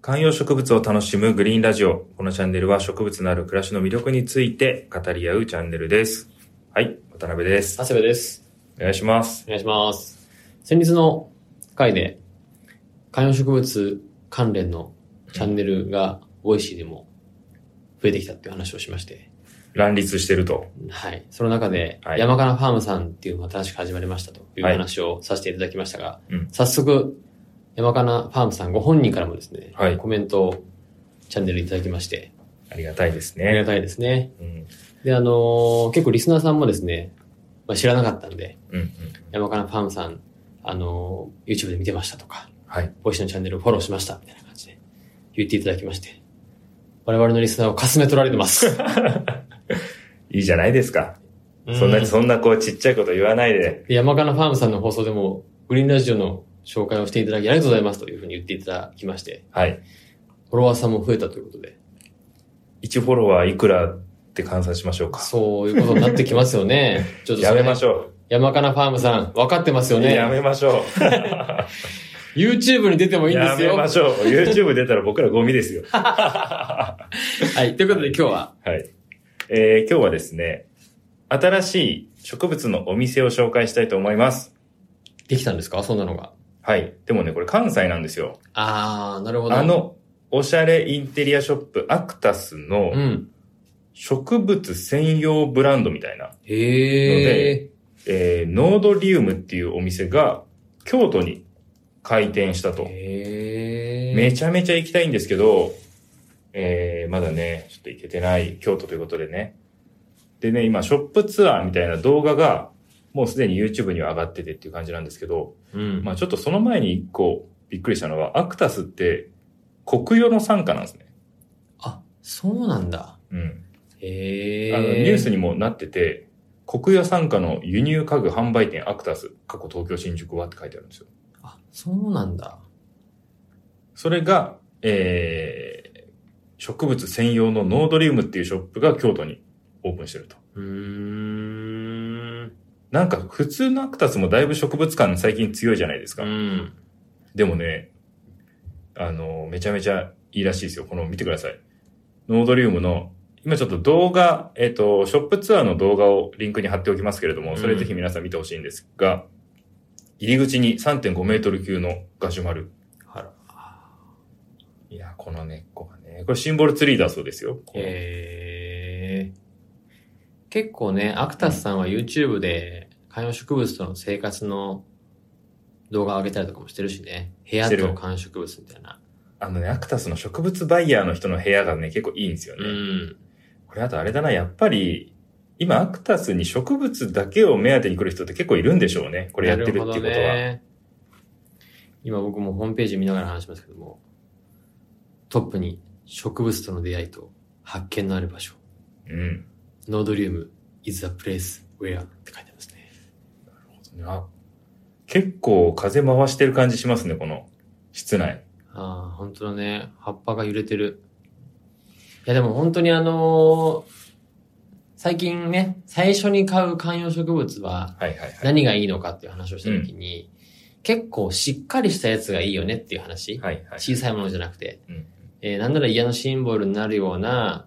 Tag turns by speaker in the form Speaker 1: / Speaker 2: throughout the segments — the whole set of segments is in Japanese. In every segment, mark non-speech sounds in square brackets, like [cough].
Speaker 1: 観葉植物を楽しむグリーンラジオ。このチャンネルは植物のある暮らしの魅力について語り合うチャンネルです。はい、渡辺です。
Speaker 2: 長谷部です。
Speaker 1: お願いします。
Speaker 2: お願いします。先日の回で、観葉植物関連のチャンネルが、ボイシーでも増えてきたっていう話をしまして、
Speaker 1: 乱立してると。
Speaker 2: はい。その中で、
Speaker 1: はい
Speaker 2: 山かなファームさんっていうのが新しく始まりましたという話をさせていただきましたが、
Speaker 1: うん
Speaker 2: 早速、山かなファームさんご本人からもですね、
Speaker 1: はい
Speaker 2: コメントをチャンネルいただきまして、
Speaker 1: ありがたいです
Speaker 2: ありが
Speaker 1: ね。
Speaker 2: たいですね。
Speaker 1: うん、うん、
Speaker 2: で、あのー結構リスナーさんもですね、まあ、知らなかったんで、
Speaker 1: うん。
Speaker 2: 山かなファームさん、あの、YouTube で見てましたとか、
Speaker 1: はい。
Speaker 2: ボイシーのチャンネルをフォローしました、みたいな感じで言っていただきまして、我々のリスナーをかすめ取られてます。
Speaker 1: いいじゃないですか。 [laughs] そんな、
Speaker 2: う
Speaker 1: そんなこうちっちゃいこと言わないで。
Speaker 2: で山かなファームさんの放送でも、グリーンラジオの紹介をしていただきありがとうございますというふうに言っていただきまして、
Speaker 1: はい。
Speaker 2: フォロワーさんも増えたということで、
Speaker 1: 1フォロワーいくらって換算しましょうか。
Speaker 2: そういうことになってきますよね。ちょっと
Speaker 1: [laughs] やめまし
Speaker 2: ょう。
Speaker 1: ょ
Speaker 2: 山かなファームさん、分かってますよ
Speaker 1: う。や
Speaker 2: ね。
Speaker 1: めましょ
Speaker 2: YouTube に出ても
Speaker 1: う。
Speaker 2: いいんで
Speaker 1: や
Speaker 2: す
Speaker 1: め
Speaker 2: よ。
Speaker 1: ましょう。YouTube 出たら僕らゴミです
Speaker 2: [laughs]
Speaker 1: よ。
Speaker 2: はい。ということで今日は、
Speaker 1: はい。えー今日はですね、新しい植物のお店を紹介したいと思います。
Speaker 2: できたんですかそんなのが。
Speaker 1: はい。でもね、これ関西なんですよ。
Speaker 2: あー、なるほど。
Speaker 1: あ、の、おしゃれインテリアショップアクタスの
Speaker 2: うん。
Speaker 1: 植物専用ブランドみたいな、
Speaker 2: へえ。
Speaker 1: えーノードリウムっていうお店が京都に開店したと。
Speaker 2: へえ。
Speaker 1: めちゃめちゃ行きたいんですけど、えー、まだね、ちょっと行けてない京都ということでね。でね、今、ショップツアーみたいな動画が、もうすでに YouTube には上がっててっていう感じなんですけど、
Speaker 2: うん。
Speaker 1: まあちょっとその前に一個びっくりしたのは、アクタスって国用の傘下なんですね。
Speaker 2: あ、そうなんだ。
Speaker 1: うん。
Speaker 2: へ
Speaker 1: あ
Speaker 2: え。
Speaker 1: の、ニュースにもなってて、国用傘下の輸入家具販売店アクタス、過去東京新宿はって書いてあるんですよ。
Speaker 2: あ、そうなんだ。
Speaker 1: それが、えー、植物専用のノードリウムっていうショップが京都にオープンしてると。
Speaker 2: うーん。
Speaker 1: なんか普通のアクタスもだいぶ植物感最近強いじゃないです
Speaker 2: う
Speaker 1: か。
Speaker 2: ん。
Speaker 1: でもね、あの、めちゃめちゃいいらしいですよ。この見てください。ノードリウムの、今ちょっと動画、えっ、と、ショップツアーの動画をリンクに貼っておきますけれども、それぜひ皆さん見てほしいんですが、入り口に3.5メートル級のガジュマル。
Speaker 2: あら。
Speaker 1: いや、この根っこがね、これシンボルツリーだそうですよ。
Speaker 2: へえ。結構ね、アクタスさんは YouTube で観葉植物との生活の動画を上げたりとかもしてるしね。部屋
Speaker 1: して
Speaker 2: と
Speaker 1: る
Speaker 2: 観葉植物みたいな。
Speaker 1: あのね、アクタスの植物バイヤーの人の部屋がね、結構いいんですよ
Speaker 2: う
Speaker 1: ね。
Speaker 2: ん。
Speaker 1: これあとあれだな、やっぱり、今アクタスに植物だけを目当てに来る人って結構いるんでしょうね。これやってるっていうことは。
Speaker 2: なるほどね、今僕もホームページ見ながら話しますけども、トップに植物との出会いと発見のある場所、
Speaker 1: うん。
Speaker 2: ノードリウム is a place where って書いてますね。
Speaker 1: あ結構風回してる感じしますね、この室内。
Speaker 2: ああ、本当だね。葉っぱが揺れてる。いやでも本当にあのー最近ね、最初に買う観葉植物は
Speaker 1: はいはいはい。
Speaker 2: 何がいいのかっていう話をした時に、結構しっかりしたやつがいいよねっていう話。
Speaker 1: はいはい。
Speaker 2: 小さいものじゃなくて、
Speaker 1: うん
Speaker 2: えーなんなら家のシンボルになるような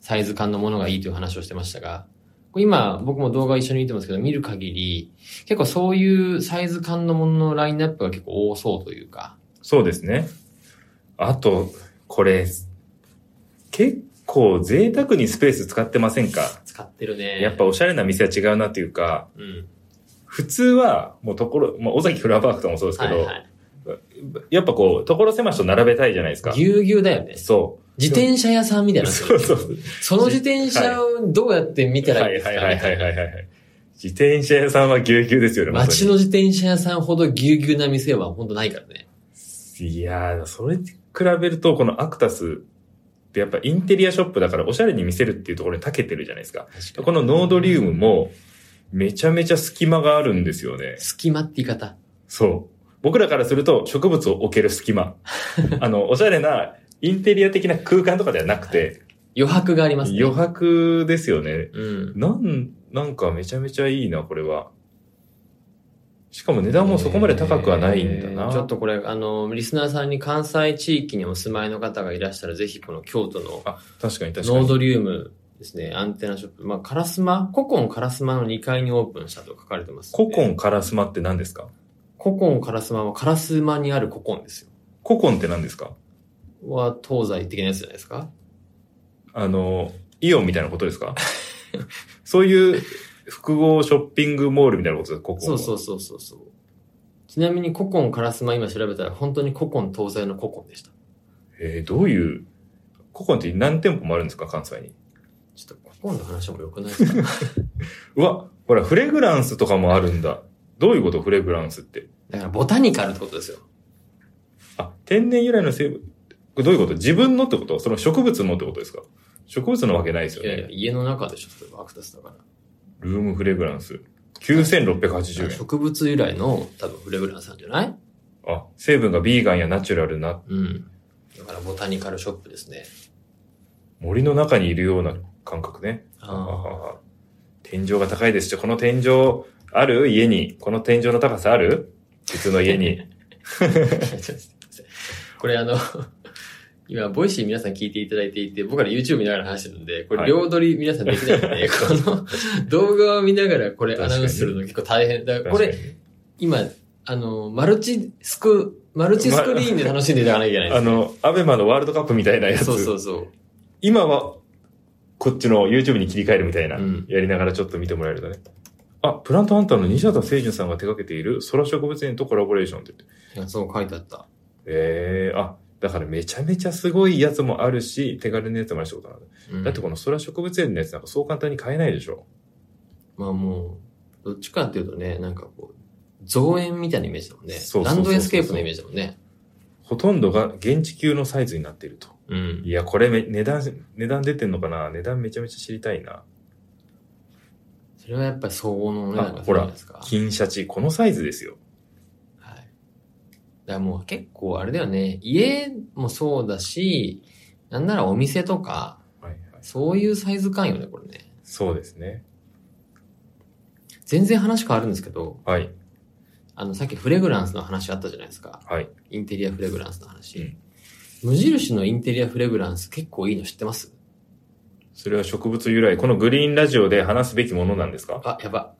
Speaker 2: サイズ感のものがいいという話をしてましたが、これ今僕も動画一緒に見てますけど、見る限り、結構そういうサイズ感のもののラインナップが結構多そうというか、
Speaker 1: そうですね。あと、これ、結構贅沢にスペース使ってませんか
Speaker 2: 使ってるね。
Speaker 1: やっぱ、おしゃれな店は違うなというか、
Speaker 2: うん。
Speaker 1: 普通は、もうところ、まあ、尾崎フラワーパークとかもそうですけ
Speaker 2: は
Speaker 1: ど、
Speaker 2: いはい。
Speaker 1: やっぱこう、所狭しと並べたいじゃないですか。
Speaker 2: ぎゅうぎゅうだよね。
Speaker 1: そ。
Speaker 2: 自転車屋さんみたいうな。
Speaker 1: そうそう。
Speaker 2: その自転車をどうやって見たら
Speaker 1: はい
Speaker 2: い
Speaker 1: い
Speaker 2: ですか
Speaker 1: は
Speaker 2: み
Speaker 1: い
Speaker 2: た
Speaker 1: はいい
Speaker 2: な
Speaker 1: はいはいはい。自転車屋さんはぎゅうぎゅうですよね、
Speaker 2: 街の自転車屋さんほどぎゅうぎゅうな店は本当ないからね。
Speaker 1: 本当にいやー、それに比べると、このアクタスってやっぱインテリアショップだからおしゃれに見せるっていうところに長けてるじゃないですか。
Speaker 2: 確
Speaker 1: このノードリウムも、めちゃめちゃ隙間があるんですよね。
Speaker 2: 隙間って言い方。
Speaker 1: そう。僕らからすると植物を置ける隙
Speaker 2: [laughs]
Speaker 1: 間。あの、おしゃれなインテリア的な空間とかではなくて、
Speaker 2: 余白がありますね。
Speaker 1: 余白ですよね。
Speaker 2: うん。
Speaker 1: なん、なんかめちゃめちゃいいな、これは。しかも値段もそこまで高くはないんだ
Speaker 2: え
Speaker 1: な。
Speaker 2: ーちょっとこれ、あの、リスナーさんに関西地域にお住まいの方がいらしたら、ぜひこの京都の
Speaker 1: あ、確かに確かに。
Speaker 2: ノードリウムですね、アンテナショップ、まあ、カラスマ、古今カラスマの2階にオープンしたと書かれてます、
Speaker 1: 古。今カラスマって何ですか
Speaker 2: 古今カラスマはカラスマにある古今ですよ。
Speaker 1: 古今って何ですか
Speaker 2: は東西的なやつじゃないですか
Speaker 1: あの、イオンみたいなことですか [laughs] そういう複合ショッピングモールみたいなことですか古今
Speaker 2: そう
Speaker 1: は
Speaker 2: そうそうそうそう。ちなみに古今カラスマ今調べたら、本当に古今東西の古今でした。
Speaker 1: えー、どういう、古今って何店舗もあるんですか関西に。
Speaker 2: ちょっと古今の話も良くないですか
Speaker 1: うわ、ほら、フレグランスとかもあるんだ。どういうことフレグランスって。
Speaker 2: だからボタニカルってことですよ。
Speaker 1: あ、天然由来の成分、これどういうこと自分のってことその植物のってことですか植物のわけないですよ
Speaker 2: いやい
Speaker 1: ね
Speaker 2: や、。家の中でしょ、それはアクタスだから。
Speaker 1: ルームフレグランス。9680円。
Speaker 2: 植物由来の多分フレグランスなんじゃない
Speaker 1: あ、成分がビーガンやナチュラルな、
Speaker 2: うん。だからボタニカルショップですね。
Speaker 1: 森の中にいるような感覚ね。あ
Speaker 2: あ
Speaker 1: ー天井が高いですし、この天井ある家に、この天井の高さある普通の家に。
Speaker 2: あ。ちょっとすいません [laughs] これあの、 [laughs] 今、ボイシー皆さん聞いていただいていて、僕ら YouTube 見ながら話してるんで、こ
Speaker 1: は
Speaker 2: れ
Speaker 1: い
Speaker 2: 両取り皆さんできないん
Speaker 1: [laughs]
Speaker 2: で、この動画を見ながらこれア
Speaker 1: 確かに
Speaker 2: ナウンスするの結構大変。だ [laughs] からこ
Speaker 1: 確
Speaker 2: れ
Speaker 1: かに、
Speaker 2: 今、あの、マルチスク、マルチスクリーンで楽しんでいただかなきゃいけない
Speaker 1: あの、アベマのワールドカップみたいな [laughs] や
Speaker 2: で
Speaker 1: つ。
Speaker 2: す。そうそうそう。
Speaker 1: 今は、こっちの YouTube に切り替えるみたいな、
Speaker 2: うん
Speaker 1: やりながらちょっと見てもらえるとね。あ、プラントハンターの西畑誠純さんが手掛けている空植物園とコラボレーションって言って。
Speaker 2: いやそう書いてあった。
Speaker 1: ええあ、だからめちゃめちゃすごいやつもあるし、手軽なやつもあるしってことなんだ。
Speaker 2: うん
Speaker 1: だってこの空植物園のやつなんかそう簡単に買えないでしょ。
Speaker 2: まあもう、どっちかっていうとね、なんかこう、造園みたいなイメージだもんね
Speaker 1: そ。うそうそう
Speaker 2: ラ
Speaker 1: そう
Speaker 2: ンドエスケープのイメージだもんね。
Speaker 1: ほとんどが現地級のサイズになっていると。
Speaker 2: うん。
Speaker 1: いや、これめ、値段、値段出てんのかな値段めちゃめちゃ知りたいな。
Speaker 2: それはやっぱり総合のお値段が
Speaker 1: あほら
Speaker 2: そうじゃないですか。
Speaker 1: 金シャチ、このサイズですよ。
Speaker 2: はい。だからもう結構あれだよね、家もそうだし、なんならお店とか、
Speaker 1: はいはい。
Speaker 2: そういうサイズ感よね、これね。
Speaker 1: そうですね。
Speaker 2: 全然話変わるんですけど、
Speaker 1: はい。
Speaker 2: あの、さっきフレグランスの話あったじゃないですか。
Speaker 1: はい。
Speaker 2: インテリアフレグランスの話。
Speaker 1: うん
Speaker 2: 無印のインテリアフレグランス結構いいの知ってます
Speaker 1: それは植物由来。このグリーンラジオで話すべきものなんですか
Speaker 2: あ、やば。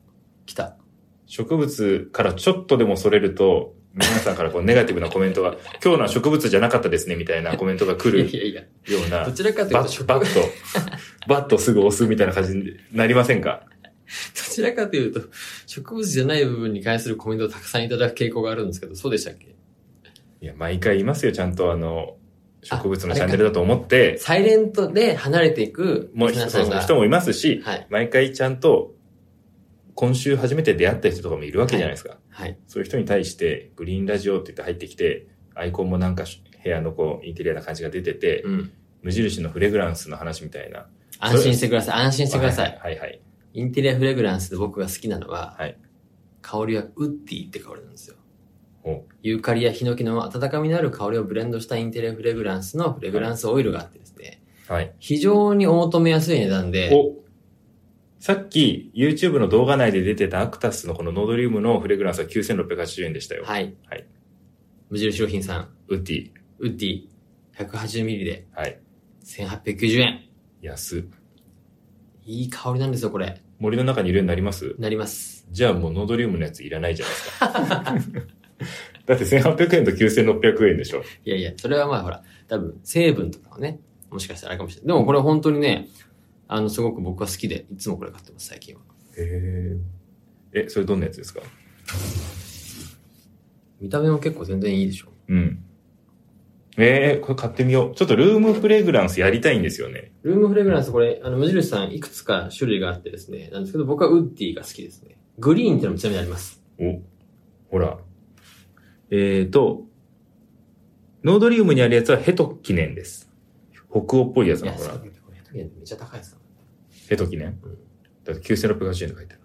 Speaker 2: 来た。
Speaker 1: 植物からちょっとでもそれると、皆さんからこうネガティブなコメントが、今日のは植物じゃなかったですね、みたいなコメントが来る
Speaker 2: いやいやいや。
Speaker 1: ような
Speaker 2: ど、ちらかという
Speaker 1: バ
Speaker 2: と
Speaker 1: ッ、
Speaker 2: 植
Speaker 1: バッと、バッとすぐ押すみたいな感じになりませんか
Speaker 2: どちらかというと、植物じゃない部分に関するコメントをたくさんいただく傾向があるんですけど、そうでしたっけ
Speaker 1: いや、毎回言いますよ、ちゃんとあの、植物のチャンネルだと思って、
Speaker 2: サイレントで離れていく、
Speaker 1: もう
Speaker 2: 皆
Speaker 1: そ
Speaker 2: さ
Speaker 1: うんそう
Speaker 2: が。
Speaker 1: 人もいますし、
Speaker 2: はい。
Speaker 1: 毎回ちゃんと、今週初めて出会った人とかもいるわけじゃないですか。
Speaker 2: はい。
Speaker 1: そういう人に対して、グリーンラジオって言って入ってきて、アイコンもなんか部屋のこう、インテリアな感じが出てて、
Speaker 2: うん。
Speaker 1: 無印のフレグランスの話みたいな。
Speaker 2: 安心してください。安心してください。
Speaker 1: はいはいはい。
Speaker 2: インテリアフレグランスで僕が好きなのは、
Speaker 1: はい
Speaker 2: 香りはウッディって香りなんですよ
Speaker 1: ほ。
Speaker 2: ユーカリやヒノキの温かみのある香りをブレンドしたインテリアフレグランスのフレグランスオイルがあってですね、
Speaker 1: はい。
Speaker 2: 非常にお求めやすい値段で、
Speaker 1: おさっき YouTube の動画内で出てたアクタスのこのノードリウムのフレグランスは9680円でしたよ。
Speaker 2: はい。
Speaker 1: はい
Speaker 2: 無印良品さん、
Speaker 1: ウッディ。
Speaker 2: ウッディ 180ml で
Speaker 1: はい。
Speaker 2: 1890円。
Speaker 1: 安。
Speaker 2: いい香りなんですよ、これ。
Speaker 1: 森の中にいるようになります
Speaker 2: なります。
Speaker 1: じゃあもうノードリウムのやついらないじゃないですか。
Speaker 2: [laughs]
Speaker 1: だって1800円と9600円でしょ。
Speaker 2: いやいや、それはまあほら、多分、成分とかはね、もしかしたらあれかもしれない。でもこれ本当にね、あの、すごく僕は好きで、いつもこれ買ってます、最近は。
Speaker 1: へえ。え、それどんなやつですか
Speaker 2: 見た目も結構全然いいでしょ。
Speaker 1: うん。えー、これ買ってみよう。ちょっとルームフレグランスやりたいんですよね。
Speaker 2: ルームフレグランス、これ、あの、無印さん、いくつか種類があってですね、なんですけど、僕はウッディが好きですね。グリーンってのもちなみにあります。
Speaker 1: お、ほら。えーと、ノードリウムにあるやつはヘト記念です。北欧っぽいやつ
Speaker 2: い
Speaker 1: なの
Speaker 2: や、
Speaker 1: ほ
Speaker 2: そう
Speaker 1: ら
Speaker 2: だ。けどこれめっちゃ高いですよ
Speaker 1: ヘト記念
Speaker 2: うん
Speaker 1: だって9680円って書いてある。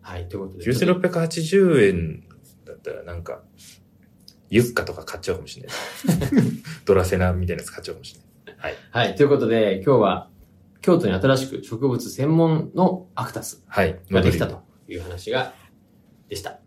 Speaker 2: はい、ということで。
Speaker 1: 9680円だったらなんか、ユッカとか買っちゃうかもし
Speaker 2: [laughs]
Speaker 1: れない。ドラセナみたいなやつ買っちゃうかもしれない。
Speaker 2: はい、ということで、今日は、京都に新しく植物専門のアクタス
Speaker 1: はい。ノード
Speaker 2: がで
Speaker 1: リ
Speaker 2: き
Speaker 1: ウム
Speaker 2: たという話がでした。